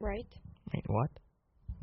right? Wait, what?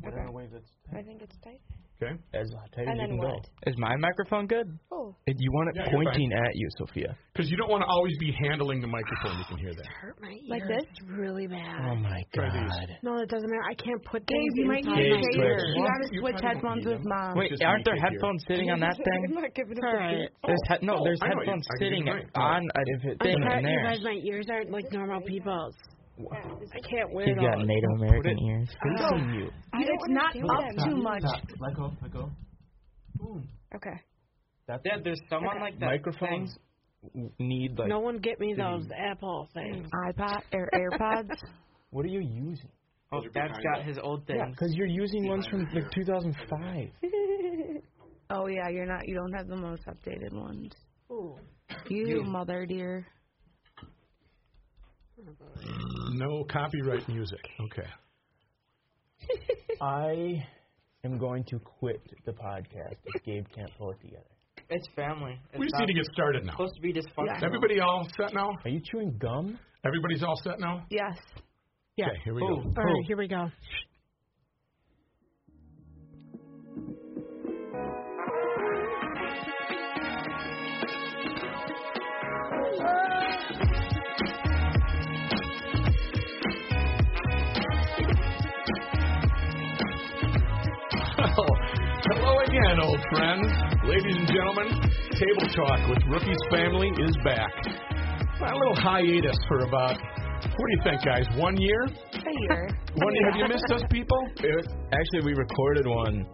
We're gonna wave that's I think it's tight. okay. As tight as you And then can go. what? Is my microphone good? Oh, If you want it Yeah, you're pointing at you, Sophia. Because you don't want to always be handling the microphone. You can hear that. Hurt my ears. Like this? It's really bad. Oh my Try these. god. no, that doesn't matter. I can't put things you might inside my need to take ears. your- You gotta You switch probably don't headphones need with them. mom. Wait, Just aren't make there it here. headphones sitting on that I'm thing? not giving it to All right. There's head no, Oh, there's I know, headphones I can do sitting mine. on a diff- I'm thing in sorry, you there. guys, my ears aren't like normal people's. I can't wear You've got those. Native American ears. Facing you. I don't It's not understand up that. too much. Let go. Let go. Boom. Okay. That's Yeah, there's someone like that. Microphones thing need like No one get me those Apple things. iPod or AirPods. What are you using? Oh, Dad's got his old Yeah, things. because you're using ones from like 2005. oh yeah, you're not. You don't have the most updated ones. You mother dear. No copyright music. Okay. I am going to quit the podcast if Gabe can't pull it together. It's family. It's We just not need to get started now. supposed to be dysfunctional. Everybody all set now? Are you chewing gum? Everybody's all set now? Yes. Yeah. Okay, here we Ooh. go. All right, here we go. Hello again, old friends. Ladies and gentlemen, Table Talk with Rookie's Family is back. A little hiatus for about, what do you think, guys? One year? A year. One year. Have you missed us, people? It- actually, we recorded one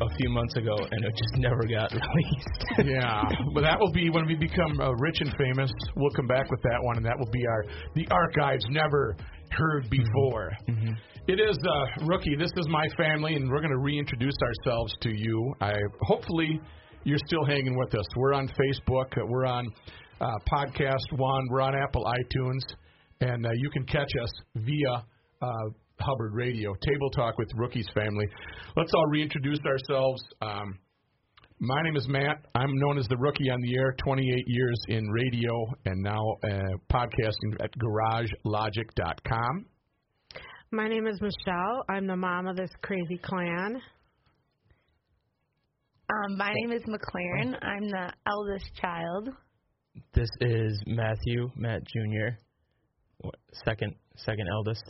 a few months ago, and it just never got released. Yeah, but that will be when we become uh, rich and famous. We'll come back with that one, and that will be our the archives never heard before. It is uh, rookie. This is my family, and we're going to reintroduce ourselves to you. I hopefully you're still hanging with us. We're on Facebook. uh, We're on uh, Podcast One. We're on Apple iTunes, and uh, you can catch us via. Uh, Hubbard Radio, Table Talk with Rookie's Family. Let's all reintroduce ourselves. Um, my name is Matt. I'm known as the rookie on the air, 28 years in radio and now uh, podcasting at garagelogic.com. My name is Michelle. I'm the mom of this crazy clan. Um, my name is McLaren. I'm the eldest child. this is Matthew, Matt Jr., what, second second eldest.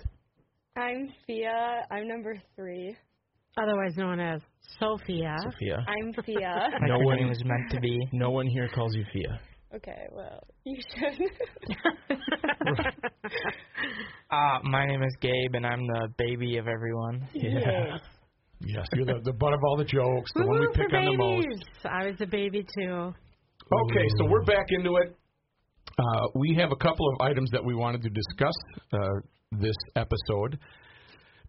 I'm Fia. I'm number three. Otherwise known as Sophia. Sophia. I'm Fia. No one was meant to be. No one here calls you Fia. okay, well, you should. Uh, my name is Gabe, and I'm the baby of everyone. Yay. Yes, you're the, the butt of all the jokes, the one we Woo-hoo pick for on the most. babies. I was a baby too. Okay, so we're back into it. Uh, we have a couple of items that we wanted to discuss uh, this episode.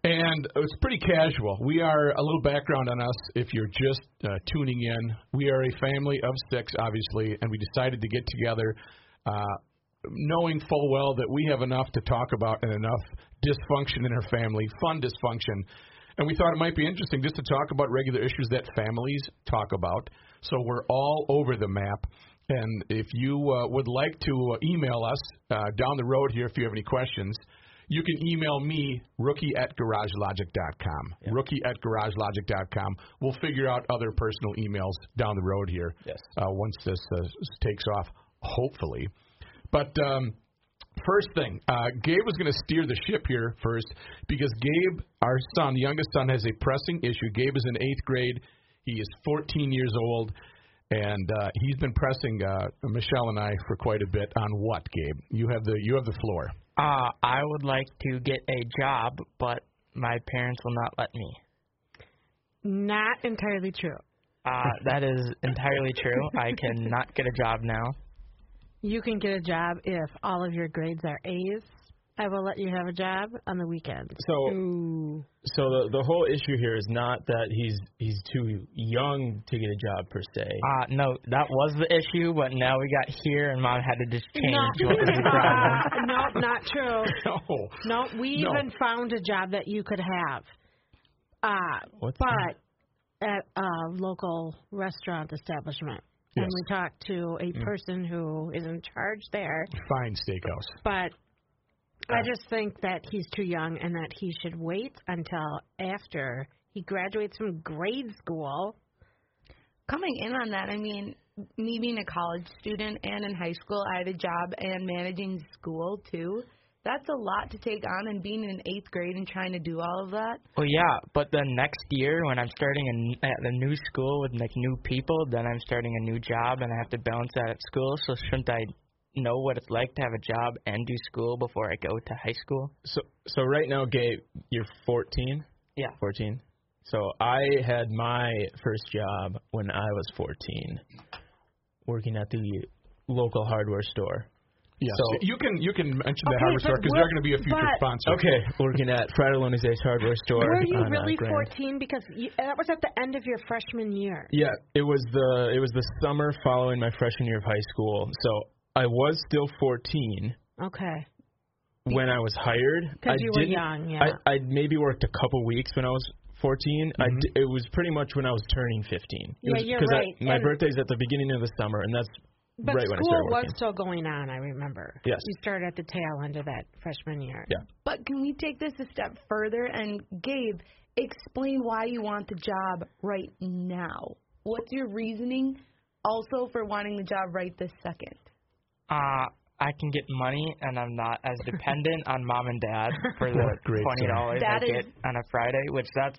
And it's pretty casual. We are a little background on us if you're just uh, tuning in. We are a family of six, obviously, and we decided to get together uh, knowing full well that we have enough to talk about and enough dysfunction in our family, fun dysfunction. And we thought it might be interesting just to talk about regular issues that families talk about. So we're all over the map. And if you uh, would like to uh, email us uh, down the road here if you have any questions, you can email me, rookie at garagelogic.com. Rookie at garagelogic.com. We'll figure out other personal emails down the road here Yes. uh, once this uh, s- takes off, hopefully. But um, first thing, uh, Gabe was going to steer the ship here first because Gabe, our son, the youngest son, has a pressing issue. Gabe is in eighth grade. He is 14 years old, and uh, he's been pressing uh, Michelle and I for quite a bit on what, Gabe? You have the you have the floor. Uh, I would like to get a job, but my parents will not let me. Not entirely true. Uh, that is entirely true. I cannot get a job now. You can get a job if all of your grades are A's. I will let you have a job on the weekend. So Ooh. So the the whole issue here is not that he's he's too young to get a job per se. Uh, no, that was the issue, but now we got here, and mom had to just change what was the problem. Uh, no, not true. Oh, No, we No. even found a job that you could have. Uh, What's but at a local restaurant establishment. Yes. And we talked to a person who is in charge there, fine steakhouse. but I Uh. just think that he's too young and that he should wait until after he graduates from grade school. Coming in on that, I mean, me being a college student and in high school, I had a job and managing school too. That's a lot to take on, and being in eighth grade and trying to do all of that. Well, yeah, but then next year when I'm starting a n at a new school with like new people, then I'm starting a new job and I have to balance that at school. So shouldn't I know what it's like to have a job and do school before I go to high school? So so right now, Gabe, you're 14. Yeah. 14. So I had my first job when I was 14, working at the local hardware store. Yes. So- you can you can mention the Okay, hardware but store because they're what- going to be a future but- sponsor. Okay, working at Fratelloni's Ace Hardware Store. Were you on, uh, really Grand. 14? Because you, that was at the end of your freshman year. Yeah, it was the it was the summer following my freshman year of high school. So I was still 14 Okay. when I was hired. 'Cause I you were didn't- young, yeah. Mm-hmm. I I maybe worked a couple weeks when I was 14. I d- it was pretty much when I was turning 15. It Yeah, was- you're 'cause I- right. my And- birthday's at the beginning of the summer, and that's But right when I school started was working. still going on, I remember. Yes. You started at the tail end of that freshman year. Yeah. But can we take this a step further? And Gabe, explain why you want the job right now. What's your reasoning also for wanting the job right this second? Uh, I can get money and I'm not as dependent on mom and dad for the great twenty dollars I That is- get on a Friday, which that's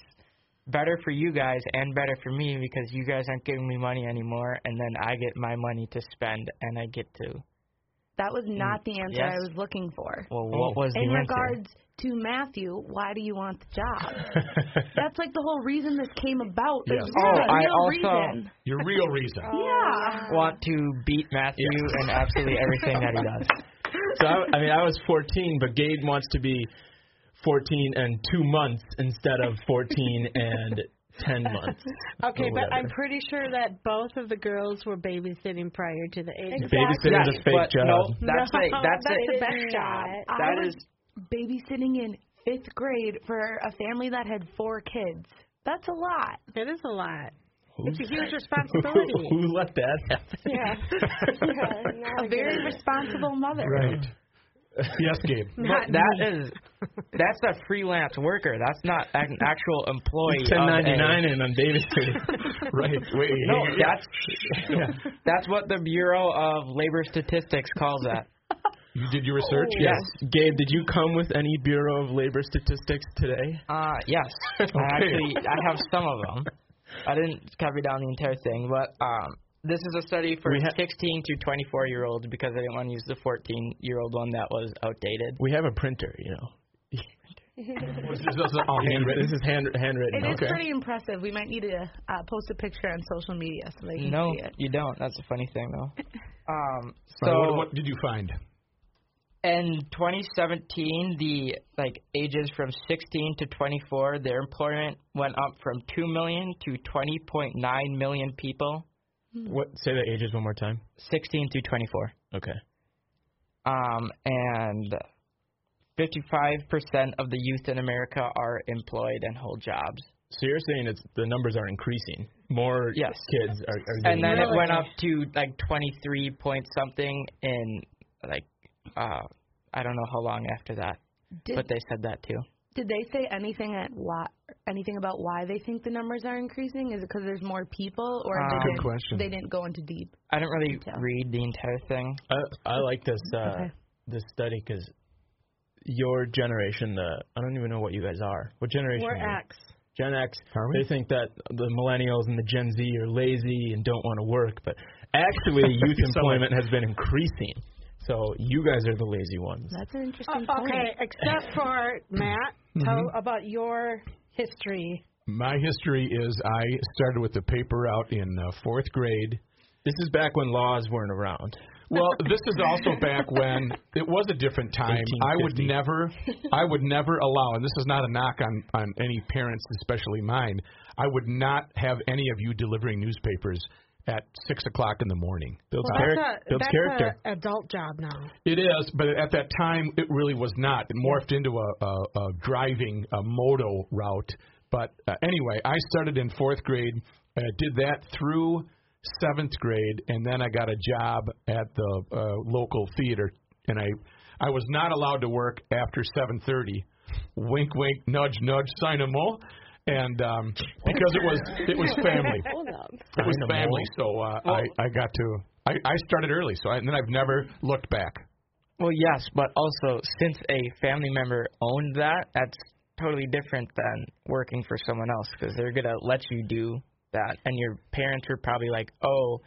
better for you guys and better for me because you guys aren't giving me money anymore, and then I get my money to spend and I get to. That was not the answer I Mm, yes. was looking for. Well, Oh. what was In the answer? regards to Matthew, why do you want the job? That's like the whole reason this came about. There's Yes. Oh, really I no also- reason. Your real reason. Yeah. want to beat Matthew in absolutely everything that he does. So I, I mean, I was 14, but Gabe wants to be 14 and two months instead of 14 and 10 months. Okay, Or but I'm whatever. pretty sure that both of the girls were babysitting prior to the age of babysitting is a fake but job. No, that's No, a that's, that's a, the best job. That I is was babysitting in fifth grade for a family that had four kids. That's a lot. It is a lot. It's a huge responsibility. Who let that happen? Yeah. yeah now I A get very it. responsible mother. Right. yes, Gabe. but that is that's a freelance worker. That's not an actual employee. of a- 1099 and I'm babysitting. Right. Wait. No, yeah. that's that's what the Bureau of Labor Statistics calls that. you did your research. yes. Gabe, did you come with any Bureau of Labor statistics today? Uh, yes. I actually I have some of them. I didn't copy down the entire thing, but um, this is a study for We ha- 16 to 24 year olds because I didn't want to use the 14 year old one that was outdated. We have a printer, you know. This is this is all handwritten. This is hand, handwritten. It is okay. pretty impressive. We might need to uh, post a picture on social media so they can No, see it. you don't. That's a funny thing though. Um, so So what, what did you find? in 2017, the like ages from 16 to 24, their employment went up from 2 million to 20.9 million people, What? Say the ages one more time. 16 to 24. Okay. Um, and 55% of the youth in America are employed and hold jobs. So you're saying it's the numbers are increasing. More Yes. kids are, are getting And then it Really? went up to like 23 point something in like uh I don't know how long after that, Did, but they said that too. did they say anything at why, anything about why they think the numbers are increasing? Is it because there's more people, or they, Um, Good didn't, Ah, question. they didn't go into deep? I didn't really Detail. read the entire thing. I, I like this uh, Okay. this study because your generation, the I don't even know what you guys are. What generation? We're are you? X. Gen X. Are we? They think that the millennials and the Gen Z are lazy and don't want to work, but actually, youth You sound like- employment has been increasing. So you guys are the lazy ones. That's an Oh, interesting point. okay, except for Matt, tell about your history. My history is I started with the paper out in uh, fourth grade. This is back when laws weren't around. Well, this is also back when it was a different time. I would 1850. never, I would never allow, and this is not a knock on on any parents, especially mine. I would not have any of you delivering newspapers at six o'clock in the morning. Builds, Well, charac- that's a builds that's character. a adult job now. It is, but at that time, it really was not. It morphed into a, a, a driving a moto route. But uh, anyway, I started in fourth grade. I did that through seventh grade, and then I got a job at the uh, local theater, and I I was not allowed to work after 7:30. Wink, wink, nudge, nudge, sign a mole. And um, because it was it was family, Hold up. it was Sign 'em family, so uh, I I got to I, I started early, so I, and then I've never looked back. Well, yes, but also since a family member owned that, that's totally different than working for someone else because they're gonna let you do that, and your parents were probably like, "Oh,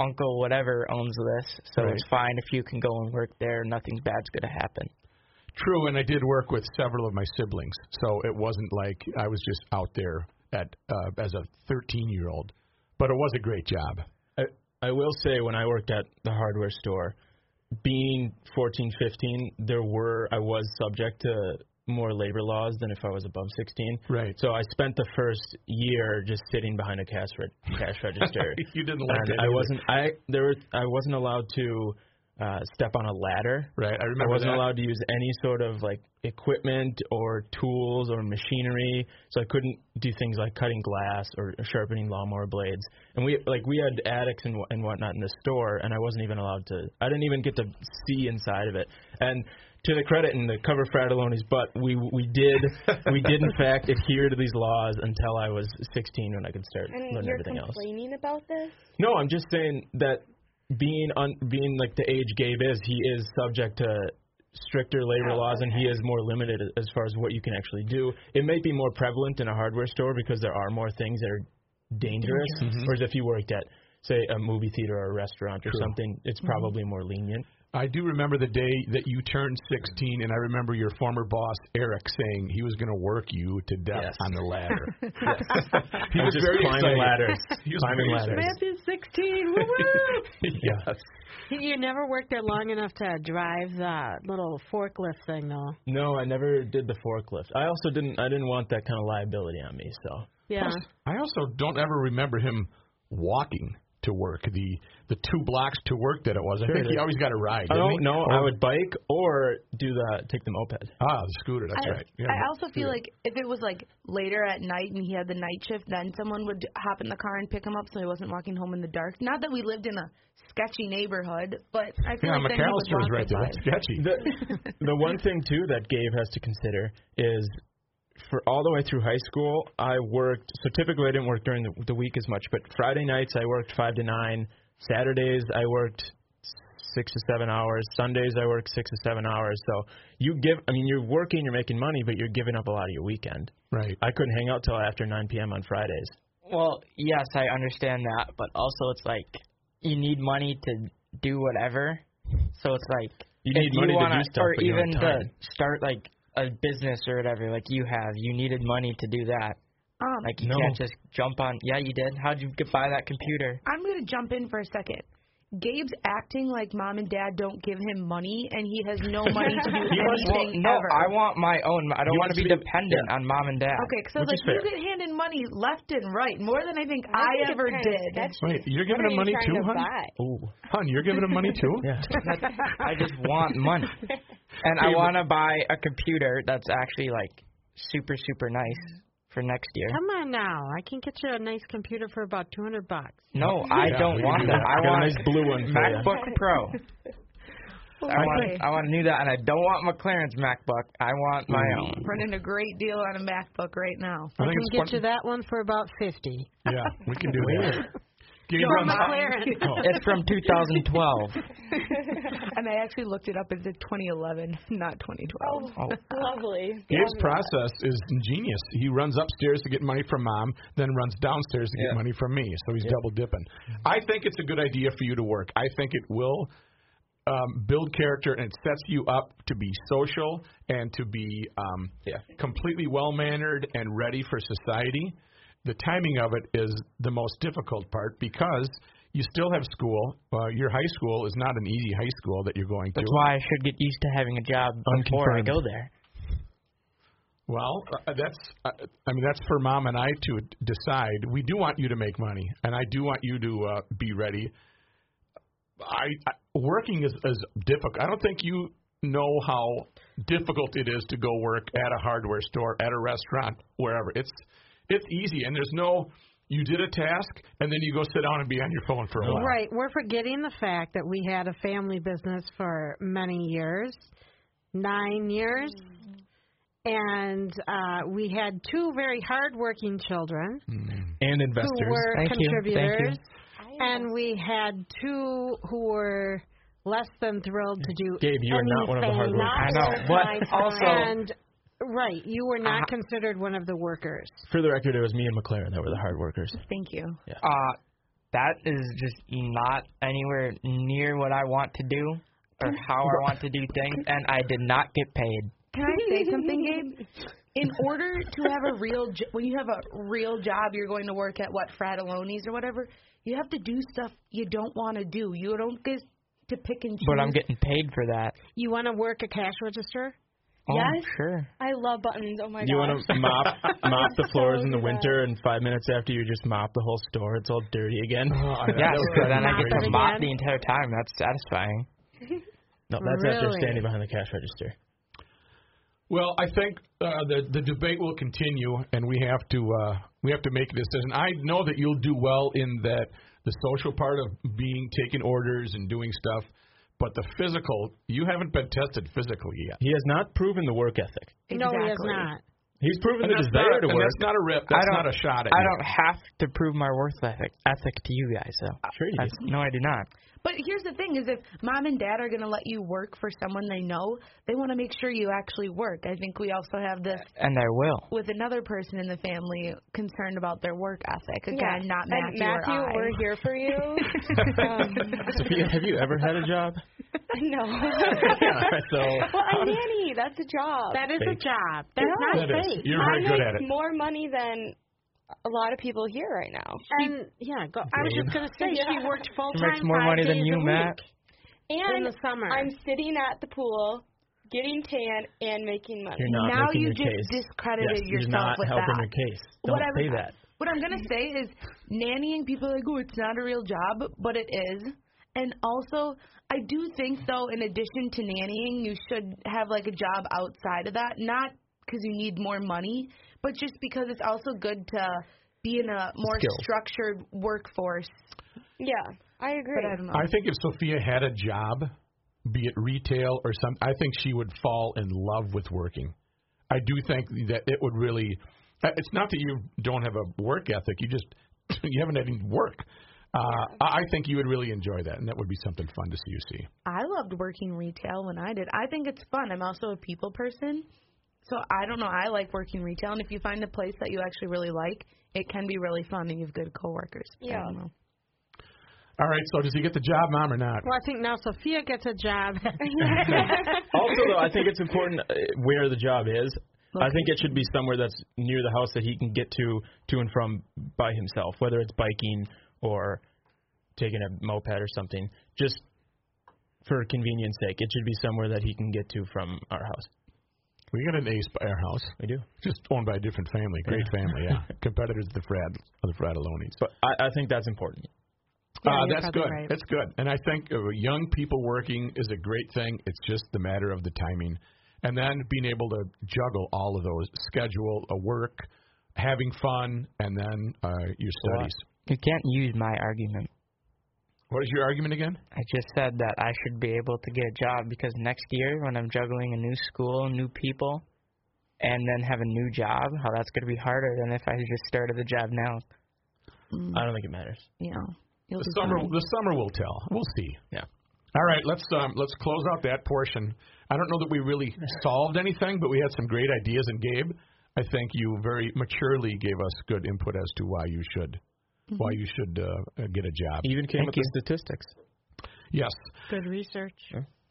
uncle, whatever owns this, so it's fine if you can go and work there. Nothing bad's gonna happen." True, and I did work with several of my siblings, so it wasn't like I was just out there at uh, as a 13 year old. But it was a great job. I, I will say when I worked at the hardware store, being 14, 15, there were I was subject to more labor laws than if I was above 16. Right. So I spent the first year just sitting behind a cash re- cash register. You didn't like and that I either. wasn't I there were, I wasn't allowed to uh, step on a ladder. Right, I I remember wasn't that. allowed to use any sort of like equipment or tools or machinery, so I couldn't do things like cutting glass or sharpening lawnmower blades. And we like we had addicts and wha- and whatnot in the store, and I wasn't even allowed to. I didn't even get to see inside of it. And to the credit and the cover fratelloni's butt, we we did we did in fact adhere to these laws until I was 16 when I could start And learning you're everything else. complaining about this? No, I'm just saying that being un, being like the age Gabe is, he is subject to stricter labor laws, and he is more limited as far as what you can actually do. It may be more prevalent in a hardware store because there are more things that are dangerous. Mm-hmm. Whereas if you worked at say a movie theater or a restaurant or something, it's probably more lenient. I do remember the day that you turned 16, and I remember your former boss Eric saying he was going to work you to death Yes. on the ladder. He was just very climbing excited. ladders, He was climbing very ladders. Matthew's 16. Woo-woo! Yes. you never worked there long enough to drive that little forklift thing, though. No, I never did the forklift. I also didn't. I didn't want that kind of liability on me. So Yeah. I also don't ever remember him walking to work. The the two blocks to work that it was. I think he did. always got a ride. I didn't he? don't know. Or- Oh, I would bike or do the take the moped. Ah, the scooter. That's I, right. Yeah, I the also scooter. feel like if it was like later at night and he had the night shift, then someone would hop in the car and pick him up so he wasn't walking home in the dark. Not that we lived in a sketchy neighborhood, but I feel yeah, like then he would McAllister was walk right there. with That's us. sketchy. The, the one thing too that Gabe has to consider is for all the way through high school, I worked. So typically, I didn't work during the, the week as much, but Friday nights I worked five to nine. Saturdays I worked six to seven hours. Sundays I worked six to seven hours. So you give. I mean, you're working, you're making money, but you're giving up a lot of your weekend. right. I couldn't hang out till after 9 p.m. on Fridays. Well, yes, I understand that, but also it's like you need money to do whatever. So it's like You if need money to do wanna- stuff, or but you don't even have to time. start like a business or whatever. Like you have, you needed money to do that. Um, Like you No. can't just jump on. Yeah, you did. How'd you get buy that computer? I'm going to jump in for a second. Gabe's acting like mom and dad don't give him money, and he has no money to do Well, anything no, ever. I want my own. I don't You want must to be, be- dependent on mom and dad. Okay, because I Which was like, is you fair. get handed money left and right, more than I think I I, think ever it's kinda did. sketchy. Wait, you're What are giving him you money trying too, to hon? buy? Ooh. Hun, you're giving him money too? Yeah. I just want money, and I want to buy a computer that's actually like super super nice for next year. Come on now. I can get you a nice computer for about 200 bucks. No, Yeah, I we don't can want do that. that. I Got a want nice blue one for ya. MacBook Pro. I want, think- I want to do that, and I don't want McLaren's MacBook. I want my own. Running a great deal on a MacBook right now. I I, think can it's get you fun. that one for about 50. Yeah, we can do that. Gabriel, From McLaren. It's from 2012. and I actually looked it up. It's a 2011, not 2012. Oh, lovely. Gabe's Love that. process is ingenious. He runs upstairs to get money from mom, then runs downstairs to get money from me. So he's double dipping. I think it's a good idea for you to work. I think it will um, build character and it sets you up to be social and to be um, Yeah. completely well mannered and ready for society. The timing of it is the most difficult part because you still have school. Uh, your high school is not an easy high school that you're going That's to. why I should get used to having a job before I Unconfirmed. go there. Well, uh, that's uh, I mean that's for mom and I to decide. We do want you to make money, and I do want you to uh, be ready. I, I working is, is difficult. I don't think you know how difficult it is to go work at a hardware store, at a restaurant, wherever. It's it's easy, and there's no you did a task, and then you go sit down and be on your phone for a while. Right. We're forgetting the fact that we had a family business for many years, nine years. And uh, we had two very hardworking children and who investors. were Mm. Thank you. Thank you. contributors. And we had two who were less than thrilled to do Gabe, you are not one of the hard anything, not workers. I know, worth but my time. also- and right, you were not considered one of the workers. For the record, it was me and McLaren that were the hard workers. Thank you. Uh, that is just not anywhere near what I want to do or how I want to do things, and I did not get paid. Can I say something, Gabe? In order to have a real, jo- when you have a real job, you're going to work at what Fratelloni's or whatever. You have to do stuff you don't want to do. You don't get to pick and choose. But I'm getting paid for that. You want to work a cash register? Oh, Yes. sure. I love buttons. Oh my You gosh. want to mop mop the floors in the do that. winter, and five minutes after you just mop the whole store. It's all dirty again. Yes, so then I Mop get it to mop again. the entire time. That's satisfying. No, that's after Really? standing behind the cash register. Well, I think uh, the the debate will continue, and we have to uh, we have to make a decision. I know that you'll do well in that the social part of being taking orders and doing stuff, but the physical you haven't been tested physically yet. He has not proven the work ethic. No, he is Exactly. not. He's proven And the that's, desire not, to and work. that's not a rip. I That's don't- not a shot at I you. don't have to prove my worth ethic, ethic to you guys, though. Sure you do. Uh, That's- No, I do not. But here's the thing: is if mom and dad are going to let you work for someone they know, they want to make sure you actually work. I think we also have this And I will. with another person in the family concerned about their work ethic. Again, Yeah. not and Matthew, Matthew, or I. we're here for you. um, Sophia, have you ever had a job? no. yeah, so well, I nanny. That's a job. That is a Fake. job. That's Yeah. not That is. fake. You're I very make good at it. more money than a lot of people here right now. And yeah, go, I was just gonna say she worked full She time. makes more money than you, Matt. And the summer. I'm sitting at the pool, getting tan, and making money. you're not now making you your just case. discredited yes, you're yourself not with helping your that. case. What Don't I say was- that. What I'm gonna say is nannying people are like, oh, it's not a real job, but it is. And also, I do think though, in addition to nannying, you should have like a job outside of that, not because you need more money, but just because it's also good to be in a more Skills. structured workforce. Yeah, I agree. But I don't know. I think if Sophia had a job, be it retail or some, I think she would fall in love with working. I do think that it would really. uh, It's not that you don't have a work ethic; you just you haven't had any work. Uh, I I think you would really enjoy that, and that would be something fun to see you see. I loved working retail when I did. I think it's fun. I'm also a people person. So I don't know. I like working retail, and if you find a place that you actually really like, it can be really fun, and you have good coworkers. I Yeah. don't know. All right, so does he get the job, mom, or not? Well, I think now Sophia gets a job. Also, though, I think it's important uh, where the job is. I think it should be somewhere that's near the house that he can get to to and from by himself, whether it's biking or taking a moped or something. Just for convenience sake, it should be somewhere that he can get to from our house. We got an ace by our house. We do. Just owned by a different family. Great family, yeah. Competitors of the Frad of the Fratellonis. But I, I think that's important. Yeah, uh, you're that's probably good. right. That's good. And I think uh, young people working is a great thing. It's just the matter of the timing, and then being able to juggle all of those: schedule, a work, having fun, and then uh, your Well, studies. You can't use my argument. What is your argument again? I just said that I should be able to get a job because next year, when I'm juggling a new school, new people, and then have a new job, how that's going to be harder than if I just started the job now. I don't think it matters. Yeah. You'll The be summer, fine. the summer will tell. We'll see. Yeah. All right, let's um, let's close out that portion. I don't know that we really solved anything, but we had some great ideas. And Gabe, I think you very maturely gave us good input as to why you should why you should uh, uh, get a job. He even came Thank up you. with statistics. Yes. Good research. Uh,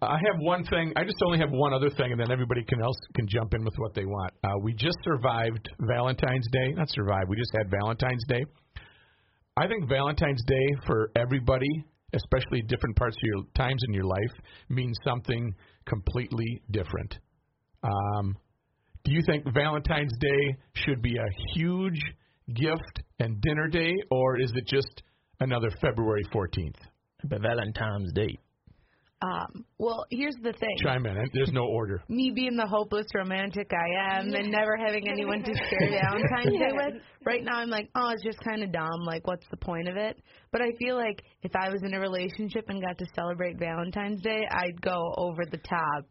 I have one thing. I just only have one other thing, and then everybody can else can jump in with what they want. Uh, we just survived Valentine's Day. Not survived. We just had Valentine's Day. I think Valentine's Day for everybody, especially different parts of your times in your life, means something completely different. Um, do you think Valentine's Day should be a huge gift and dinner day, or is it just another February 14th? But Valentine's Day. Um, well, here's the thing. Chime in. There's no order. me being the hopeless romantic I am and never having anyone to share Valentine's Day with, right now I'm like, oh, it's just kind of dumb. Like, what's the point of it? But I feel like if I was in a relationship and got to celebrate Valentine's Day, I'd go over the top,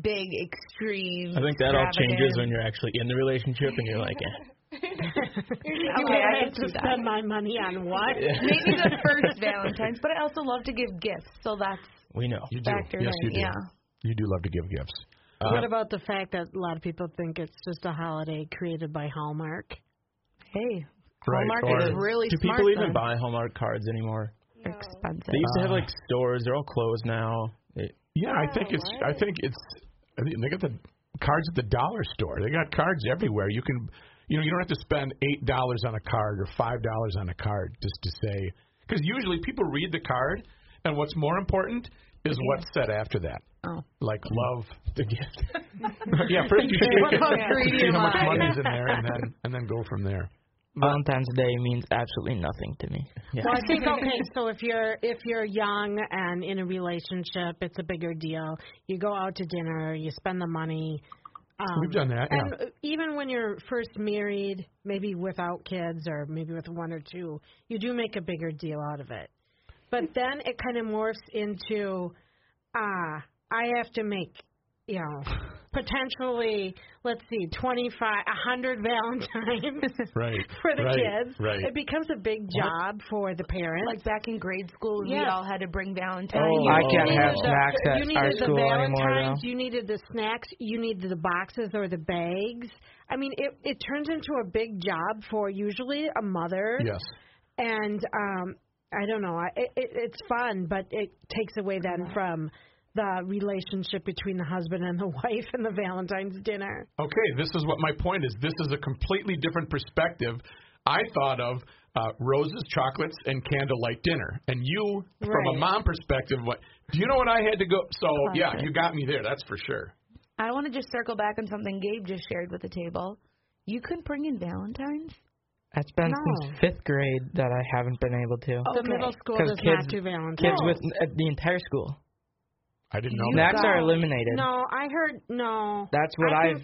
big, extreme. I think that all changes when you're actually in the relationship and you're like, eh. Okay, I I can see to that. spend my money on what? Maybe the first Valentine's, but I also love to give gifts, so that's we know. You do. factored yes, in. you do. Yeah. You do love to give gifts. Uh-huh. what about the fact that a lot of people think it's just a holiday created by Hallmark? Hey, Right, Hallmark or- is really Do smart. people even though. buy Hallmark cards anymore? They're expensive. They used to have like stores. They're all closed now. It- Yeah, I think it's. I think it's. I think they got the cards at the dollar store. They got cards everywhere. You can, you know, you don't have to spend eight dollars on a card or five dollars on a card just to say. Because usually people read the card, and what's more important is what's said after that. Oh. Like love the gift. yeah, first you What shake it, about greedy see how am much I? money's in there, and then and then go from there. Valentine's Day means absolutely nothing to me. Well, I think okay. So if you're if you're young and in a relationship, it's a bigger deal. You go out to dinner, you spend the money. Um, We've done that, yeah. And uh, even when you're first married, maybe without kids or maybe with one or two, you do make a bigger deal out of it. But then it kind of morphs into, ah, I have to make, you know, potentially, let's see, 25, 100 Valentines Right, for the right, kids. right. It becomes a big job for the parents. Like back in grade school, we Yeah. all had to bring Valentine's. Oh, I Oh. can't You need have the- snacks at you our needed the school anymore Valentines, you needed the snacks, you needed the boxes or the bags. I mean, it it turns into a big job for usually a mother. Yes. And um, I don't know. I- It, it, it's fun, but it takes away then from the relationship between the husband and the wife and the Valentine's dinner. Okay, this is what my point is. This is a completely different perspective. I thought of uh, roses, chocolates, and candlelight dinner. And you, from a Right. mom perspective, what? Do you know what I had to go? So yeah, you got me there. That's for sure. I want to just circle back on something Gabe just shared with the table. You couldn't bring in Valentine's. though. It's been No. Oh, since fifth grade that I haven't been able to. The Okay. middle school 'Cause does kids- not do Valentine's. Kids with uh, the entire school. I didn't know. that. Snacks are eliminated. no, I heard no. That's what I I've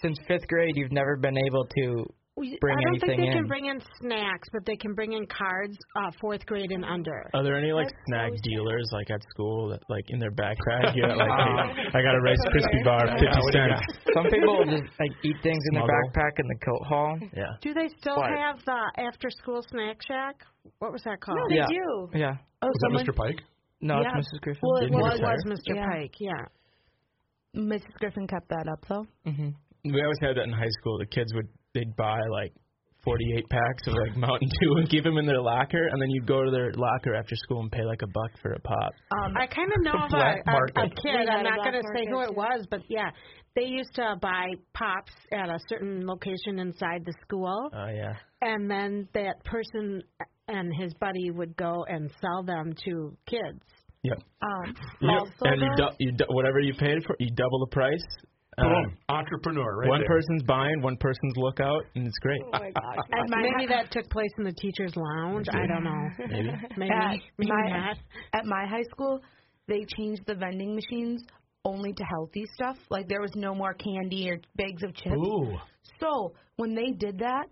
since fifth grade. You've never been able to. We- bring I don't think anything they in. can bring in snacks, but they can bring in cards, uh, fourth grade and under. Are there any like snack dealers like at school that like in their backpack? Yeah, like hey, I got a Rice Krispie bar, Ah. Yeah, fifty what do you cents. Some people will just like eat things in their Smuggle. backpack in the coat hall. Yeah. Do they still But- have the after school snack shack? What was that called? They Yeah. do. Yeah. Oh, Was someone, that Mr. Pike? No, Yeah. it's Mrs. Griffin. Well, it Didn't was, It was Mr. Yeah. Pike, yeah. Mrs. Griffin kept that up though. We always had that in high school. The kids would they'd buy like forty eight packs of like Mountain Dew and keep them in their locker, and then you'd go to their locker after school and pay like a buck for a pop. Um, I kind of know of Black a, a, a market. kid. Yeah, I'm not the black going to say who market, it was, but yeah, they used to buy pops at a certain location inside the school, Oh yeah. and then that person and his buddy would go and sell them to kids. Yep. um, Yep. also And you, though, du- you du- whatever you paid for, you double the price. Uh, Boom, entrepreneur. Right one there. person's buying, one person's lookout, and it's Oh great. And maybe that took place in the teacher's lounge. I don't know. Maybe. at Maybe, maybe my not. at my high school, they changed the vending machines only to healthy stuff. Like there was no more candy or bags of chips. Ooh. So when they did that,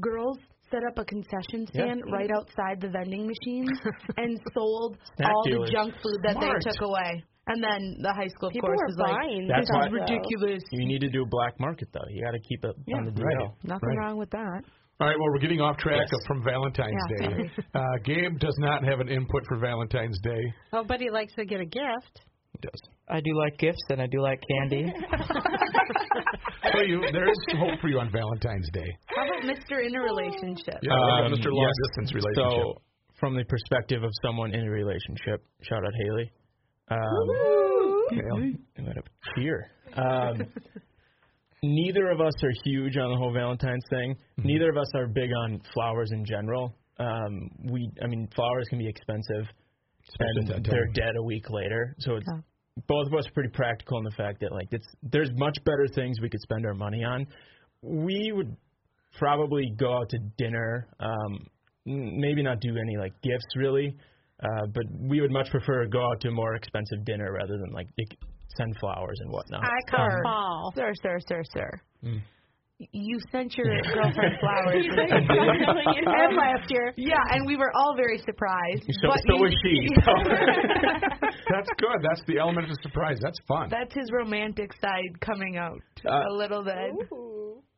girls set up a concession stand right outside the vending machines and sold Snack all dealers. the junk food that Smart. they took away. And then the high school, of People course, were was like, buying That's stuff, why- though. ridiculous. You need to do black market though. You got to keep it on the DL. right. Nothing Right. wrong with that. All right. Well, we're getting off track Yes. from Valentine's Yeah, Day. Uh, Gabe does not have an input for Valentine's Day. Oh, but he likes to get a gift. He does. I do like gifts and I do like candy. So you, there is hope for you on Valentine's Day. How about Mr. In a relationship? Yeah, what Um, about Mr. Long yes. Distance relationship. So, from the perspective of someone in a relationship, shout out Haley. Um, Haley, what a cheer. Um, neither of us are huge on the whole Valentine's thing. Mm-hmm. Neither of us are big on flowers in general. Um, we, I mean, flowers can be expensive, Especially at and that they're time. dead a week later. So it's both of us are pretty practical in the fact that like it's there's much better things we could spend our money on. We would probably go out to dinner. Um, m- maybe not do any like gifts really. Uh, but we would much prefer go out to a more expensive dinner rather than like it- send flowers and whatnot. I call fall. Sir, sir, sir, sir. You sent your girlfriend flowers. And last year. yeah, and we were all very surprised. So, but so you- was she. That's good. That's the element of surprise. That's fun. That's his romantic side coming out a little bit.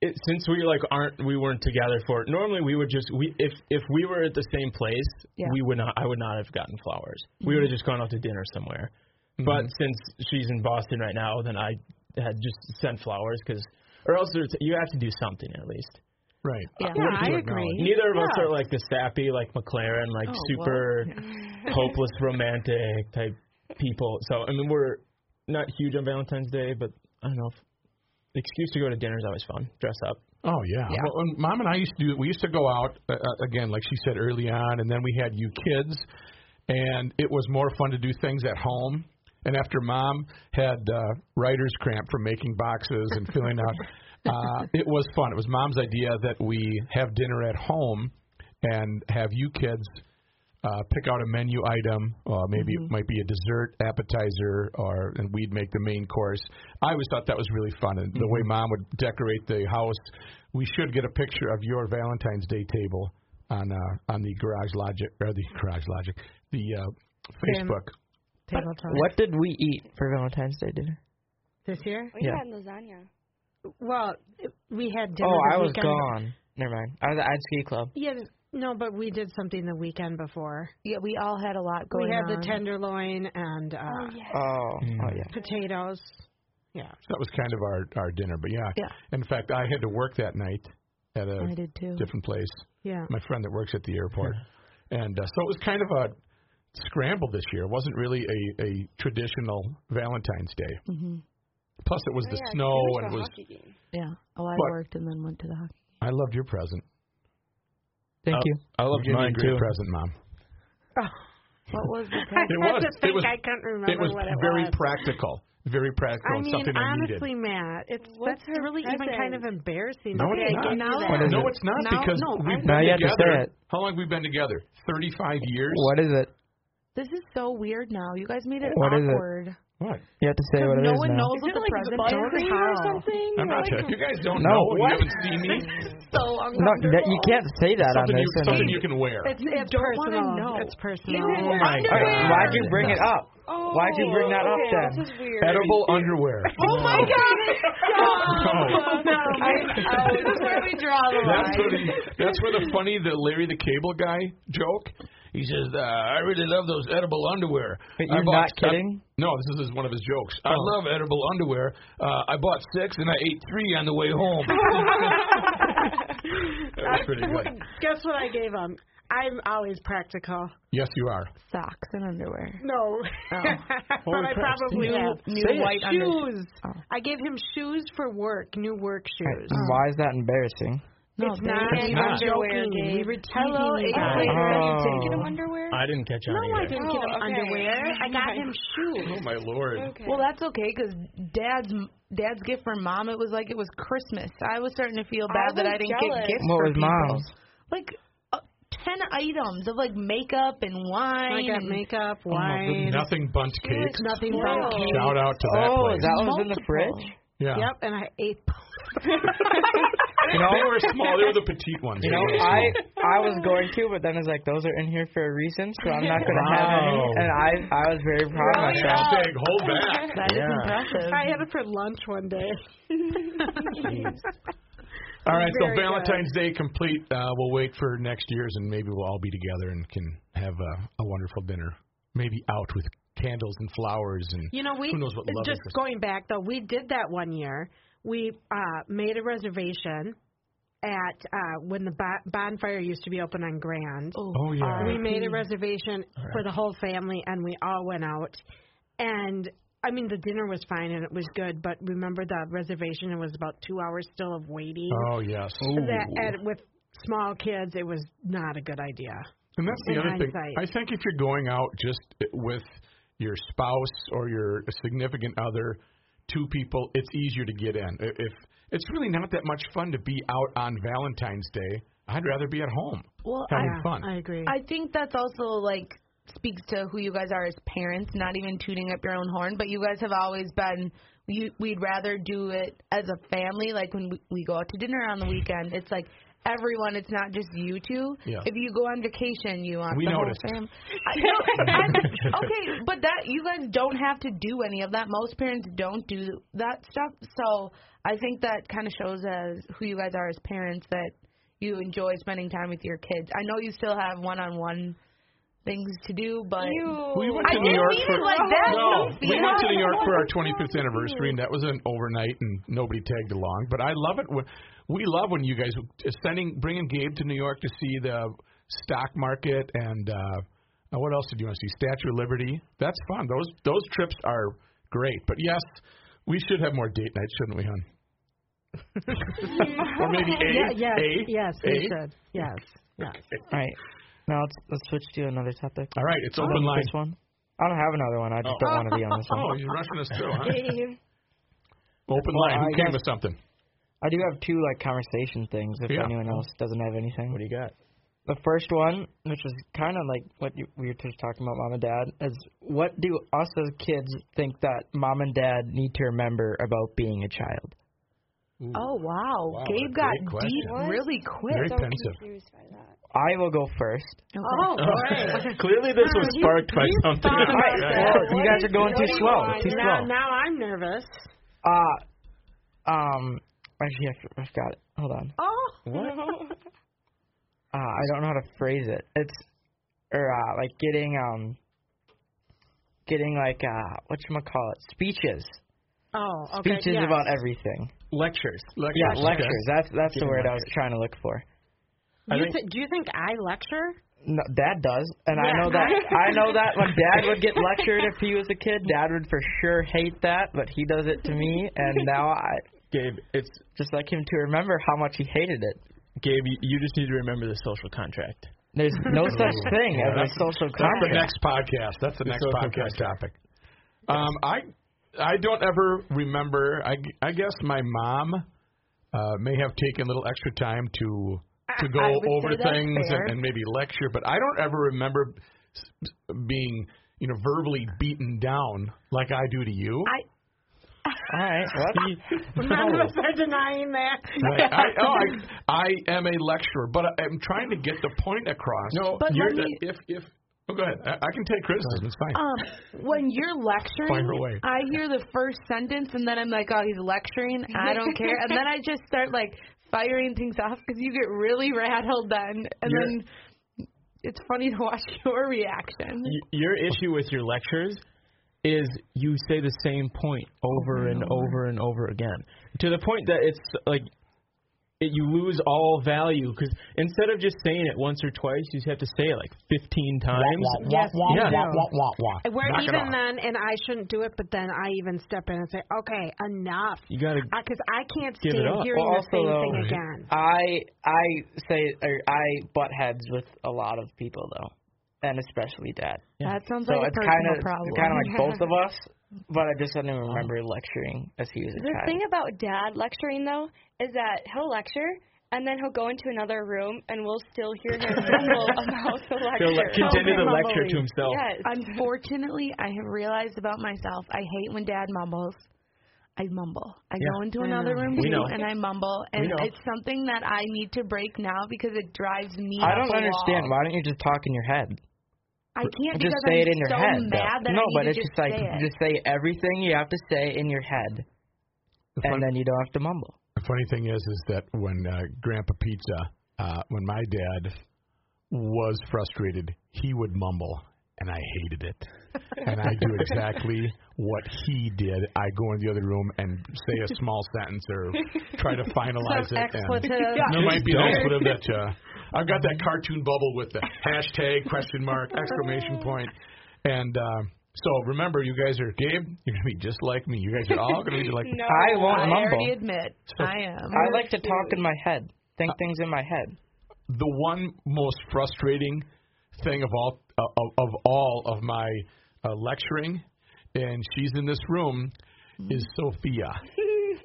it, since we like aren't we weren't together for it, normally we would just we if if we were at the same place Yeah. Mm-hmm. we would not I would not have gotten flowers. We would have just gone out to dinner somewhere. But since she's in Boston right now, then I had just sent flowers because or else there's, you have to do something at least. right. Yeah. Oh, Yeah, What do you I acknowledge? agree. Neither of us are like the sappy like McLaren like well, super hopeless romantic type people. So I mean we're not huge on Valentine's Day, but I don't know. If, the excuse to go to dinner is always fun. Dress up. Oh yeah. Well, and mom and I used to do. We used to go out uh, uh, again, like she said early on, and then we had you kids, and it was more fun to do things at home. And after mom had uh, writer's cramp from making boxes and filling out, uh, it was fun. It was mom's idea that we have dinner at home and have you kids uh, pick out a menu item. Uh, maybe it Mm-hmm. might be a dessert, appetizer, or and we'd make the main course. I always thought that was really fun, and the way Mm-hmm. mom would decorate the house. We should get a picture of your Valentine's Day table on uh, on the Garage Logic or the Garage Logic, the uh, Facebook. Tabletop. What did we eat for Valentine's Day dinner? This year? We Yeah. had lasagna. Well, we had dinner. Oh, the I was weekend. gone. Never mind. I was at I'd Ski Club. Yeah, no, but we did something the weekend before. Yeah, we all had a lot going on. we had the tenderloin and uh, Oh, Mm. oh yeah. potatoes. Yeah. So that was kind of our our dinner, but yeah. Yeah. In fact, I had to work that night at a I did too. different place. Yeah. My friend that works at the airport, and uh, so it was kind of a scramble this year. It wasn't really a a traditional Valentine's Day. Mm-hmm. Plus, it was the Oh, Yeah, 'cause snow, we went and to it a was. hockey game. Yeah. Oh, I But- worked and then went to the hockey. I loved your present. Uh, Thank you. I love you gave me a mine great too. present, mom. What was the I It had was- to it think was- I couldn't remember it was what it very was. practical, very practical, I and mean, something I needed. honestly, Matt, it's What's that's her really even present? kind of embarrassing. No, to it's say I not. gave you that. What is no, it? it's not Now- because no, we've I'm- been Now you have to together. say it. How long have we been together? Thirty-five years. What is it? This is so weird now. You guys made it What is it? awkward. What? You have to say 'Cause what it is no one now. knows Is what it the like present buttercream or is. something? I'm not. sure. You guys don't No, know. what? You haven't seen me. So No, that, you can't say that on something, this. you, I something mean- you can wear. It's, You it's don't wanna personal. know. It's personal. Even Oh if- my All right, God. why'd you bring it up? Oh, Why'd you bring that up okay, then? This is weird. Edible underwear. Oh my god! Oh. No, I, this is where we draw the That's where, line. the, that's where the funny the Larry the Cable Guy joke. He says, uh, "I really love those edible underwear." But I you're bought- not kidding? I- no, this is one of his jokes. I love edible underwear. Uh, I bought six and I ate three on the way home. that was pretty good. Guess what I gave him? I'm always practical. Yes, you are. Socks and underwear. No, but I probably New, have. new white underwear. shoes. I gave him shoes for work, new work Oh. shoes. Why is that embarrassing? No, it's they- not they- even not. joking. We were Hello, teasing eighth you guys. grader. Did you Oh. get him underwear? I didn't catch on No, I either. didn't get him Oh, okay. underwear. I got Okay. him shoes. Oh my lord. Okay. Well, that's okay because dad's dad's gift for mom it was like it was Christmas. I was starting to feel bad that was I didn't jealous. get gifts What for was people. mom's? Like uh, ten items of like makeup and I wine. got and makeup, wine, Nothing bunt cakes. nothing Wow. but cake. Shout out to that Oh, place. that one was in the Multiple. fridge. yeah. Yep, and I ate. You know, They were small. They were the petite ones. you They know, were I small. I was going to, but then it's like those are in here for a reason, so I'm not gonna have any. Wow. And I I was very proud of myself. Hashtag hold back. That is Yeah. impressive. I had it for lunch one day. All right, so Very good. Valentine's Day complete. Uh, we'll wait for next year's, and maybe we'll all be together and can have a, a wonderful dinner. Maybe out with candles and flowers and You know, we who knows what love just interest- going back though, we did that one year. We uh made a reservation at uh when the bo- bonfire used to be open on Grand. Oh yeah, We made a reservation for the whole family and we all went out. And I mean the dinner was fine and it was good, but remember the reservation it was about 2 hours still of waiting. oh yes. That and with small kids it was not a good idea. And that's the In other thing. hindsight. I think if you're going out just with your spouse or your significant other, two people, it's easier to get in. I- If it's really not that much fun to be out on Valentine's Day, I'd rather be at home Well, having Yeah, fun. I agree. I think that's also like speaks to who you guys are as parents, not even tooting up your own horn, but you guys have always been you, we'd rather do it as a family like when we, we go out to dinner on the weekend. It's like everyone, it's not just you two. Yeah. If you go on vacation, you want We the noticed. whole family. okay, but that you guys don't have to do any of that. Most parents don't do that stuff. So, I think that kind of shows as who you guys are as parents that you enjoy spending time with your kids. I know you still have one-on-one things to do, but We went I to New didn't York mean for it like that, no. Sophie. We went to New York for our 25th anniversary, and that was an overnight, and nobody tagged along. But I love it when we love when you guys are sending bringing Gabe to New York to see the stock market and uh, what else did you want to see? Statue of Liberty. That's fun. Those those trips are great. But yes, we should have more date nights, shouldn't we, hon? or maybe a, Yeah, yes, a, yes, a. we should. Yes, yes. All right. Now let's, let's switch to another topic. All right, it's open Oh, This line. one? I don't have another one. I just Oh. don't want to be on this one. Oh, you're rushing us through, huh? Gabe. Open Well, line. Who I came guess- with something? I do have two like conversation things. If Yeah. anyone else doesn't have anything, What do you got? the first one, which is kind of like what you, we were just talking about, mom and dad, is what do us as kids think that mom and dad need to remember about being a child? Oh Hmm. wow, Wow, Gabe what got a great question. deep What? really quick. Very so pensive. confused by that. I will go first. Oh, Clearly, this was sparked by something. thought about Right. that. Well, you What guys is- are going what too do you slow. want? Too Now, slow. now I'm nervous. Uh, um, actually, I f- I forgot it. Hold on. Oh, uh, I don't know how to phrase it. It's or uh, like getting um getting like uh what you call it speeches oh, okay. speeches yes. about everything. Lectures. Yeah, Lectures. lectures. That's that's the Giving word I was trying to look for. I You think- thi- do you think I lecture? No, Dad does, and I Yeah. know that. I know that when Dad would get lectured if he was a kid, Dad would for sure hate that, but he does it to me, and now I Gabe, it's just like him to remember how much he hated it. Gabe. You, you just need to remember the social contract. There's no such thing as a that's- social That's the contract. next podcast. That's the next so podcast topic. Um, I I don't ever remember. I, I guess my mom uh, may have taken a little extra time to to go I would say over that's things fair. and, and maybe lecture, but I don't ever remember s- being you know verbally beaten down like I do to you. I All right, well, None of us are denying that. Like, I, oh, I, I am a lecturer, but I- I'm trying to get the point across. No, But you're let me- the, if if oh, go ahead. I, I can take criticism. It's fine. um when you're Fire lecturing, away. I hear the first sentence and then I'm like, oh, he's lecturing. I don't care, and then I just start like firing things off because you get really rattled then, and You're- then it's funny to watch your reaction. Y- your issue with your lectures is you say the same point over and over and over again to the point that it's like it, you lose all value because instead of just saying it once or twice, you just have to say it like 15 times. Yes, wah, you wah, do. wah, wah, wah. Where Knock it even off. then, and I shouldn't do it, but then I even step in and say, okay, enough. You gotta Because I can't give it stand up. hearing Well, the same also, thing though- again. I I say or I butt heads with a lot of people though, and especially dad. That sounds So like it's a kind personal of problem. kind of like both of us, but I just suddenly remember lecturing as he was a The child. thing about dad lecturing though is that he'll lecture and then he'll go into another room and we'll still hear him mumble about the He'll, lecture. like, continue the Mumble. lecture to himself. Yes. Unfortunately, I have realized about myself. I hate when Dad mumbles. I mumble. I go into another room We too, know. and I mumble, and know. it's something that I need to break now because it drives me. I up don't a understand. wall. Why don't you just talk in your head? I can't just because say I'm it in your so head. though. mad that I no, need but to it's just just like say it. just say everything you have to say in your head, The and fun- then you don't have to mumble. Oh, The funny thing is, is that when uh, Grandpa Pizza, uh, when my dad was frustrated, he would mumble, and I hated it. and I do exactly what he did. I go in the other room and say a small sentence or try to finalize Some it. expletive. And there might be Don't. an expletive that uh, I've got that cartoon bubble with the hashtag question mark exclamation point, and. Uh, so remember, you guys are Gabe. You're gonna be just like me. You guys are all gonna be like No. I won't I already mumble. admit I am. I like to talk in my head, think things in my head. the one most frustrating thing of all of, of all of my uh, lecturing, and she's in this room, is Sophia.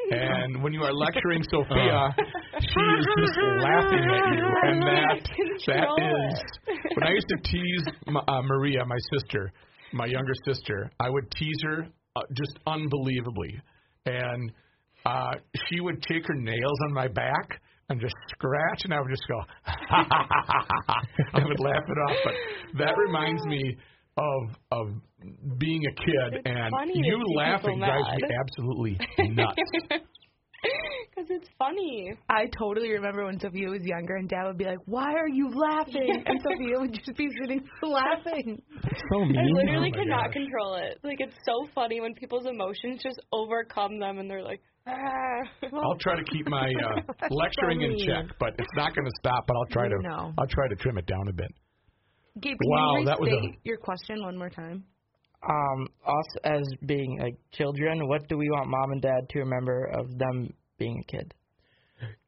And when you are lecturing Sophia, she is just laughing at you. And that, that is. When I used to tease Ma- uh, Maria, my sister, my younger sister, I would tease her uh, just unbelievably. And uh, she would take her nails on my back and just scratch, and I would just go, I would laugh it off. But Oh, that reminds me of of being a kid, It's and funny to you see laughing people drives me mad. absolutely nuts. Because it's funny. I totally remember when Sophia was younger and Dad would be like, "Why are you laughing?" And Sophia would just be sitting laughing. So mean. I literally Oh my cannot gosh. control it. Like it's so funny when people's emotions just overcome them and they're like, ah. I'll try to keep my uh, lecturing in check, but it's not going to stop. But I'll try to No. I'll try to trim it down a bit. Gabe, can Wow, you that was a- restate your question one more time? Um, us as being like children, what do we want mom and dad to remember of them being a kid?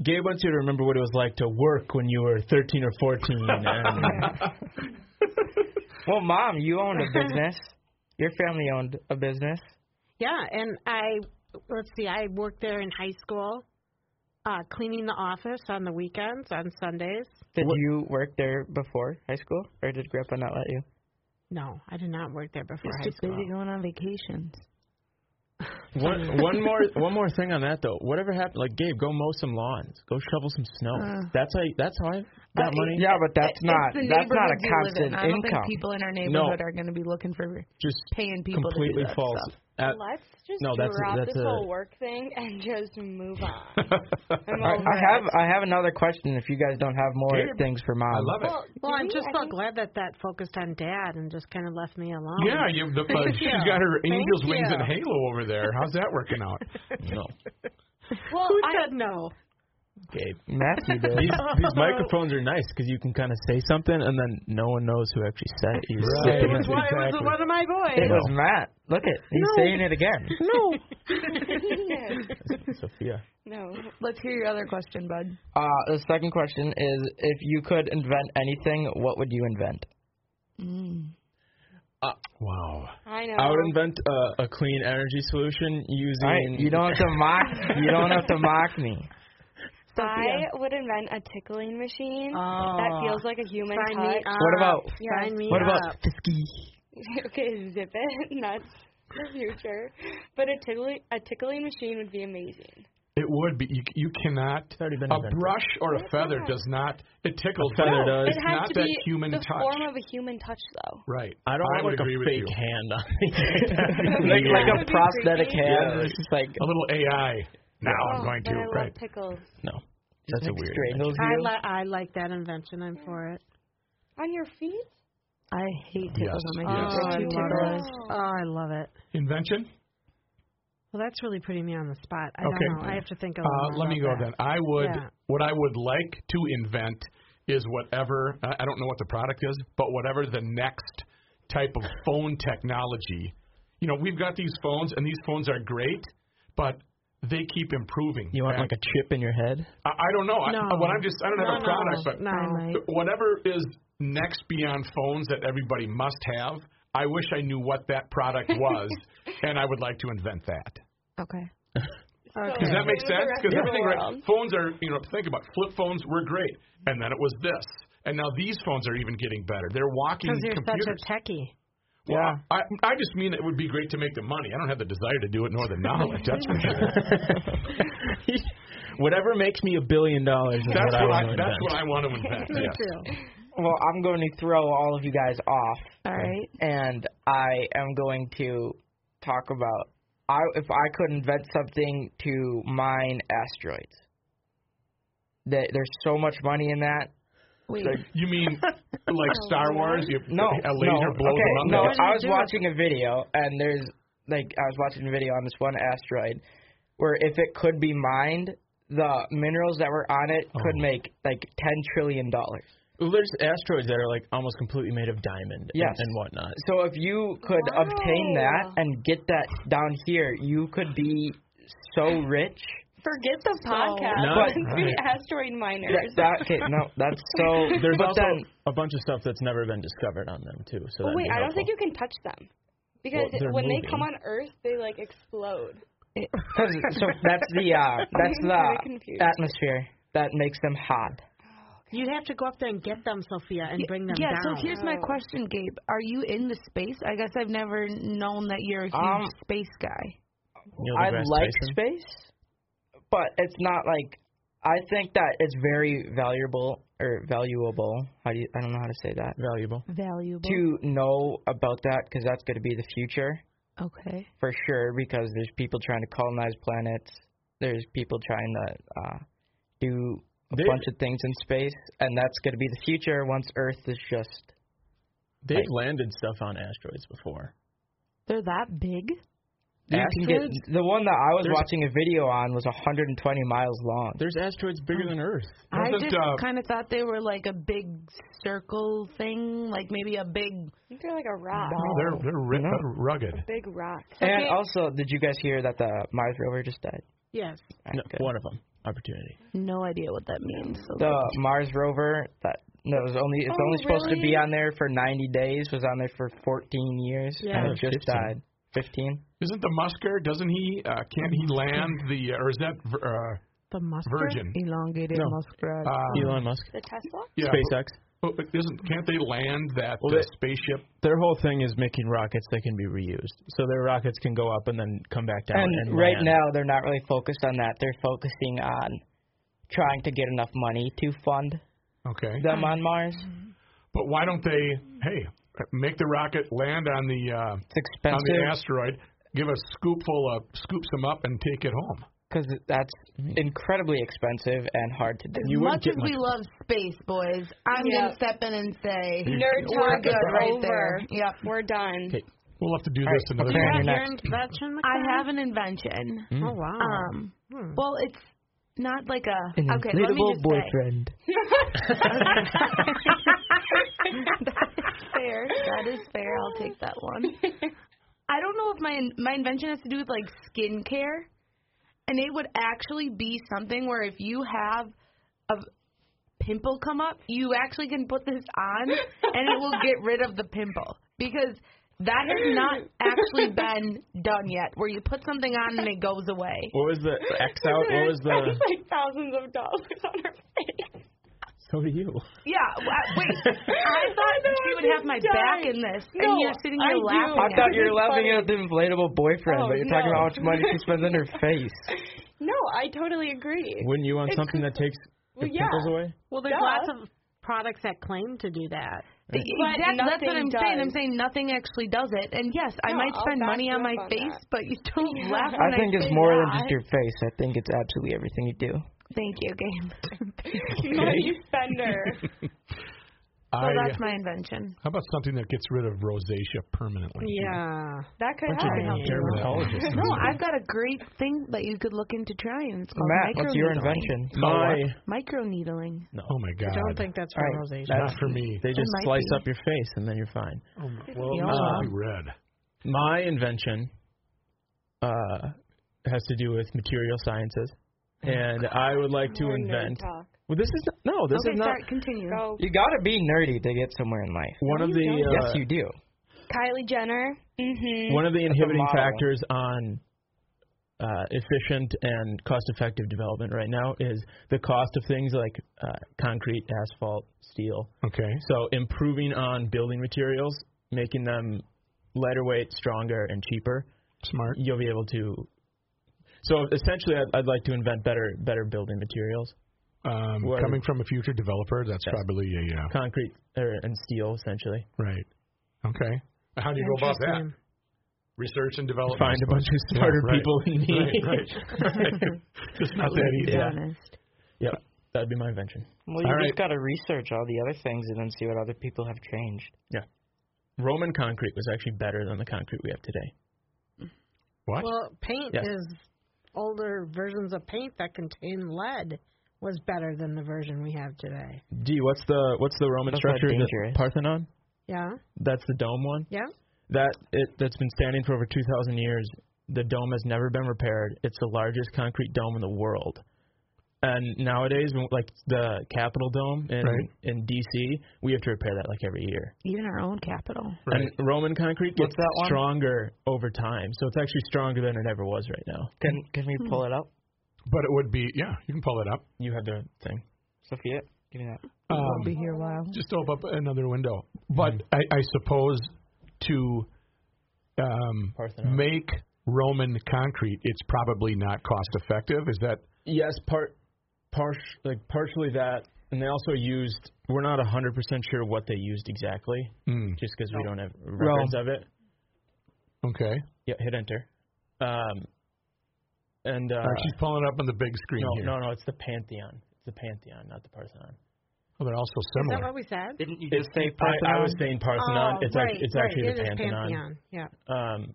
Gabe wants you to remember what it was like to work when you were 13 or 14. And Well, mom, you owned a business. Your family owned a business. Yeah, and I let's see, I worked there in high school, uh, cleaning the office on the weekends on Sundays. Did you work there before high school, or did Grandpa not let you? No, I did not work there before high school. going on vacations. one, one more one more thing on that though. Whatever happened, like Gabe, go mow some lawns, go shovel some snow. Uh. that's how that's how I got money. Yeah, but that's not it's the that's not a neighborhoods you live constant in. I don't income. think people in our neighborhood are going to be looking for Just paying people completely to do that false. Stuff. Uh, Let's just No, that's a- drop that's this a- whole work thing and just move on. I'm I, over I have it. I have another question. If you guys don't have more Gabe, things for mom, I love it. Well, Well, do I'm we? just I so think- glad that that focused on dad and just kind of left me alone. Yeah, you, the, uh, she's got her angel's wings you. and halo over there. How's that working out? no, Well, Who I, said no? Gabe. Matthew did. These, these microphones are nice because you can kind of say something and then no one knows who actually said it. You just Right. sit It was, there one, and- it was one of my boys. It was Matt. Look at he's No. saying it again. No. Sophia. no. Let's hear your other question, bud. Uh, the second question is, if you could invent anything, what would you invent? Mm. Wow. I know. I would invent uh, a, a clean energy solution using. All right, you don't have to mock. You don't have to mock me. I would invent a tickling machine Oh. that feels like a human Sign me touch. up. What about- Yes. Sign me What about up. Fisky? okay, zip it. and That's the future. But a tickling a tickling machine would be amazing. It would be. You, you cannot. already been a invented. brush or a feather does not. It tickles. A feather but does. Uh, It's it has not to that be human the touch. form of a human touch, though. right. I don't want like would agree a with fake you. hand on me. Like Yeah. like Would a be prosthetic creepy. hand. Yeah, it's just like A little AI. Now I'm Oh, going but to. I love Right. pickles. no, that's a like weird. strangles I, you. li- I like that invention. I'm for it. On your feet? I hate Yes, tickles on my yes. Oh, I love feet. Two it. tickles. Oh, I love it. Invention. Well, that's really putting me on the spot. I Okay. don't know. I have to think a Uh, little more let me go about that. then. I would. Yeah. What I would like to invent is whatever. I I don't know what the product is, but whatever the next type of phone technology. You know, we've got these phones, and these phones are great, but they keep improving. You want And like a chip in your head? I, I don't know. I, No. what I'm just. I don't have a No, product, no, but no. I might. whatever is next beyond phones that everybody must have. I wish I knew what that product was, and I would like to invent that. Okay. Okay. Does that make sense? Because Yeah. everything, World. right, phones are, you know, think about it. flip phones were great, and then it was this, and now these phones are even getting better. They're walking Because you're computers. such a techie. well, I, I just mean it would be great to make the money. I don't have the desire to do it nor the knowledge. That's for sure. Whatever makes me a billion dollars. is That's what, what I, I want to that's invent. what I want to invent. Yes. Well, I'm going to throw all of you guys off All right. and I am going to talk about I if I could invent something to mine asteroids. That there's so much money in that. Wait. You mean like Star Wars? You, No, a no, laser blows okay, them no. up. I was watching a video and there's like I was watching a video on this one asteroid where if it could be mined, the minerals that were on it could Oh. make like ten trillion dollars. Well, there's asteroids that are like almost completely made of diamond Yes. and, and whatnot. So if you could obtain that and get that down here, you could be so rich. Forget the podcast. No. Let's But- be Right. asteroid miners. That, that- okay, no, that's so. There's but also then, a bunch of stuff that's never been discovered on them too. So Oh, that'd wait, be I don't helpful. think you can touch them. Because Well, they're when moving. they come on Earth, they like explode. 'Cause- so that's the uh, that's I'm very the confused. atmosphere that makes them hot. You have to go up there and get them, Sophia, and bring them yeah, down. so here's my question, Gabe. Are you in the space? I guess I've never known that you're a huge Um, space guy. Neil I deGrasse like Tyson. space, but it's not like I think that it's very valuable or valuable. How do you? I don't know how to say that. Valuable. Valuable. To know about that because that's going to be the future. Okay. for sure because there's people trying to colonize planets. There's people trying to uh, do a They- bunch of things in space, and that's going to be the future once Earth is just. They've landed stuff on asteroids before. They're that big? You can get- Asteroids? the one that I was There's- watching a video on was 120 miles long. There's asteroids bigger than Earth. I Doesn't, just uh, kind of thought they were like a big circle thing, like maybe a big. I think they're like a rock. oh, They're they're ri- No. uh, rugged. Big rock. And also, did you guys hear that the Mars rover just died? Yes. Alright, No, good. one of them. Opportunity. No idea what that means. So The Mars rover that that was only it's Oh, only supposed to be really? on there for 90 days was on there for 14 years Yeah. and it just 15. died. 15. Isn't the Musker? Doesn't he? Uh, can't he land the? Or is that? vir- Uh, the muskrat. Virgin. Elongated No. muskrat. uh, Elon Musk. The Tesla? yeah, SpaceX. but- but isn't can't they land that Well, uh, they- spaceship? Their whole thing is making rockets that can be reused. So their rockets can go up and then come back down. And And, right land. now, they're not really focused on that. They're focusing on trying to get enough money to fund Okay. Hmm. them on Mars. But why don't they? Hey, make the rocket land on the uh, It's on the expensive asteroid. Give a scoopful of scoops them up and take it home. because that's incredibly expensive and hard to do. as Hmm. you wouldn't much get as we love space, boys, I'm Yeah. gonna step in and say Nerd we're talk good is right over. there. Yep. We're done. Okay. We'll have to do All this right, another okay. time. You have you're your next. invention, I McCall? have an invention. Oh, wow. Um, Hmm. well, it's not like a An okay. Let me inflatable just boyfriend. Say. that is fair. That is fair. I'll take that one. I don't know if my my invention has to do with like skincare, and it would actually be something where if you have a pimple come up, you actually can put this on, and it will get rid of the pimple because. That has not actually been done yet, where you put something on and it goes away. What was the X out? What was the? That's like thousands of dollars on her face. So do you. Yeah, w- wait. know, I thought she I'm would have just my dying. back in this, No, and you're sitting I here do. laughing. I Yeah, thought this you were is laughing funny. at the inflatable boyfriend, Oh, but you're talking no. about how much money she spends on her face. No, I totally agree. Wouldn't you want It's something that takes Well, the yeah. pimples away? well, there's Duh. lots of products that claim to do that. It- But exactly, that's what nothing I'm saying. I'm does. saying nothing actually does it. And yes, I No, might I'll spend back money you on up my on face, that. but you don't laugh. I When I, think it's say more that. Oh, than just your face. I think it's absolutely everything you do. Thank you, Gabe. Money spender. So I- uh, uh, that's my invention. how about something that gets rid of rosacea permanently? Yeah. That could Bunch of happen. damn dermatologists. No, I've got a great thing that you could look into trying. It's called Matt, what's microneedling. your invention? My, Microneedling. Oh my god. I don't think that's All right, rosacea. not for me. they just might slice be. up your face and then you're fine. well, Yeah. it must be red. My invention uh, has to do with material sciences, Mm. and I would like to More nerd invent. talk. Well, this is not, no, this Okay, is not start. Continue. Go. You gotta be nerdy to get somewhere in life. one of you the don't. uh, yes, you do. Kylie Jenner. Mm-hmm. one of the inhibiting model. factors on uh, efficient and cost-effective development right now is the cost of things like uh, concrete, asphalt, steel. Okay. So improving on building materials, making them lighter weight, stronger, and cheaper, Smart. you'll be able to. So essentially, I'd, I'd like to invent better better building materials, Um, Word. coming from a future developer, that's Yes. probably a yeah. concrete er, and steel essentially. Right. Okay. How do you go about that? Interesting. Research and development. Find a bunch of Oh, Yeah, smarter right. people than me. Right, right. right. It's not that easy. Be honest. Yep, that'd be my invention. Well, you All just right. gotta research all the other things and then see what other people have changed. Roman concrete was actually better than the concrete we have today. What? Well, paint Yes. is older versions of paint that contain lead was better than the version we have today. Gee, what's the what's the Roman That's not structure? The dangerous. Parthenon. Yeah. That's the dome one. Yeah. That it that's been standing for over 2,000 years. The dome has never been repaired. It's the largest concrete dome in the world. And nowadays, when- like the Capitol Dome in Right. in DC, we have to repair that like every year. Even our own capital. Right. And Roman concrete gets What's that one? stronger over time, so it's actually stronger than it ever was right now. Can can we pull it up, But it would be yeah. You can pull that up. You have the thing. Sophia? Give me that. Um, Be here a while. just open up another window. But Mm-hmm. I, I suppose to um, Parthenon. make Roman concrete, it's probably not cost effective. Is that Yes, part, part, like partially that, and they also used. We're not hundred percent sure what they used exactly, mm, just because we don't have records of it. okay? Yeah, hit enter. Um, and uh, All right, she's pulling up on the big screen no, here. no, no, it's the Pantheon. It's the Pantheon, not the Parthenon. Well, Oh, they're also Is that similar. what we said? Didn't you It's just say I, I was Parthenon? saying Parthenon. Oh, it's right, actually, it's right. actually It the is Pantheon. Yeah. Um,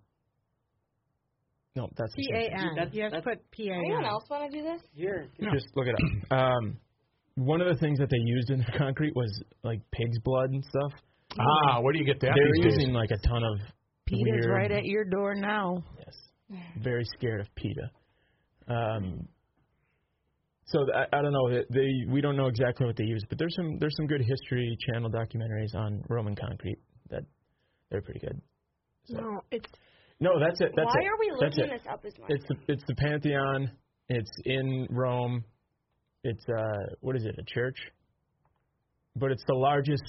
no, that's the P same A N. That's- You have to put P A Anyone N. else want to do this? Here. thing. Just look it up. Um, one of the things that they used in the concrete was like pig's blood and stuff. ah, where do you get that? They're these days? using like a ton of weird, Peter's right at your door now. Yes. Very scared of PETA. Um, so th- I, I don't know. They, they we don't know exactly what they use, but there's some there's some good history channel documentaries on Roman concrete that they're pretty good. No, it's No, that's it. That's Why it. are we That's looking it. this up as much? It's the it's the Pantheon. It's in Rome. It's uh what is it? A church. But it's the largest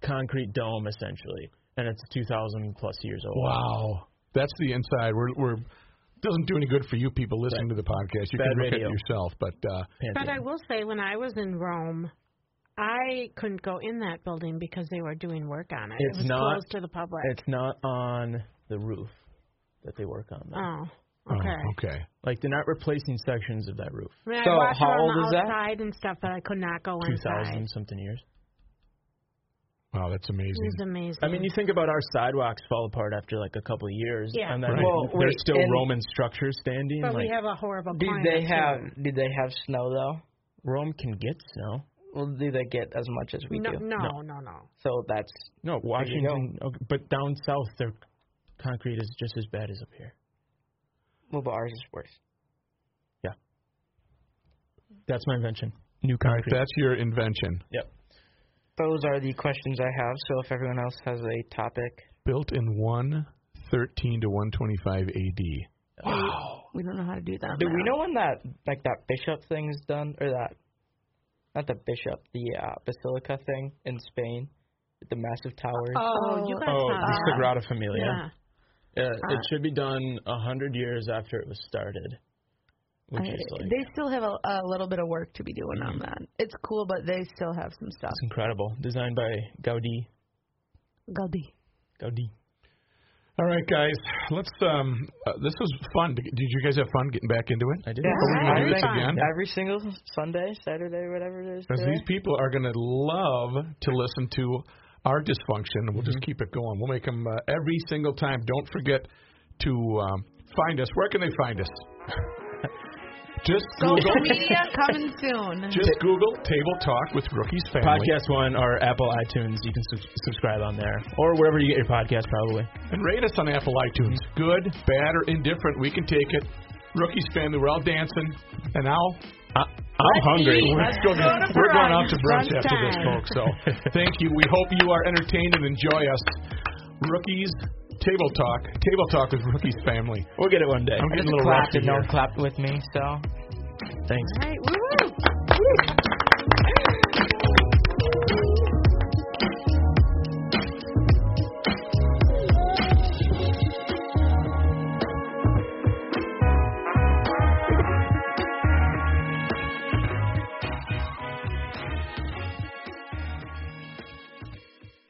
concrete dome essentially, and it's 2,000 plus years old. Wow, that's the inside. We're we're doesn't do any good for you people listening to the podcast. You Bad can look radio. at it yourself, but uh, But I Pantheon. will say, when I was in Rome, I couldn't go in that building because they were doing work on it. It's it was not- closed to the public. It's not on the roof that they work on. though. oh, oh, okay. okay. Like they're not replacing sections of that roof. I mean, So I watched how it on old the is that? outside and stuff, but I could not go Two inside. thousand something years. Wow, that's It amazing. was amazing. I mean, you think about our sidewalks fall apart after like a couple of years, Yeah. and then Right. Well, there's wait, still and- Roman structures standing. but like we have a horrible Did climate. they too. have Did they have snow though? Rome can get snow. Well, do they get as much as we No, do? no, no, no, no. So that's No, you go. Washington. Okay, but down south, their concrete is just as bad as up here. well, but ours is worse. That's my invention. New All right, concrete. that's your invention, yep. Those are the questions I have. So if everyone else has a topic, built in one thirteen to one twenty five A.D. We don't know how to do that. do we now. know when that like that bishop thing is done or that not the bishop the uh, basilica thing in Spain with the massive towers? Oh, you guys Oh, have. the Sagrada Familia. yeah. Uh, it should be done a hundred years after it was started, which I- is like Mm-hmm. they still have a, a little bit of work to be doing on that. It's cool, but they still have some stuff. it's incredible. Designed by Gaudi. Gaudi. Gaudi. All right, guys, let's. Um, uh, this was fun. Did you guys have fun getting back into it? I did. Are we gonna do this again? Every single Sunday, Saturday, whatever it is. Because today? these people are going to love to listen to our dysfunction. We'll just keep it going. We'll make them uh, every single time. Don't forget to um, find us. Where can they find us? just Google. Social media coming soon. Just Google Table Talk with Rookie's Family. Podcast One or Apple iTunes. You can sub- subscribe on there or wherever you get your podcast, probably. And rate us on Apple iTunes. Good, bad, or indifferent. We can take it. Rookie's Family, we're all dancing. And I'll. I, I'm hungry. eat. Let's go to- Let's go to we're going out to brunch brunch. Brunch after this, time. folks. So thank you. We hope you are entertained and enjoy us. Rookies, table talk. Table talk with Rookie's Family. We'll get it one day. I'm I getting just a little clapped rusty and here. no clapped with me, so. Thanks. All right, woo.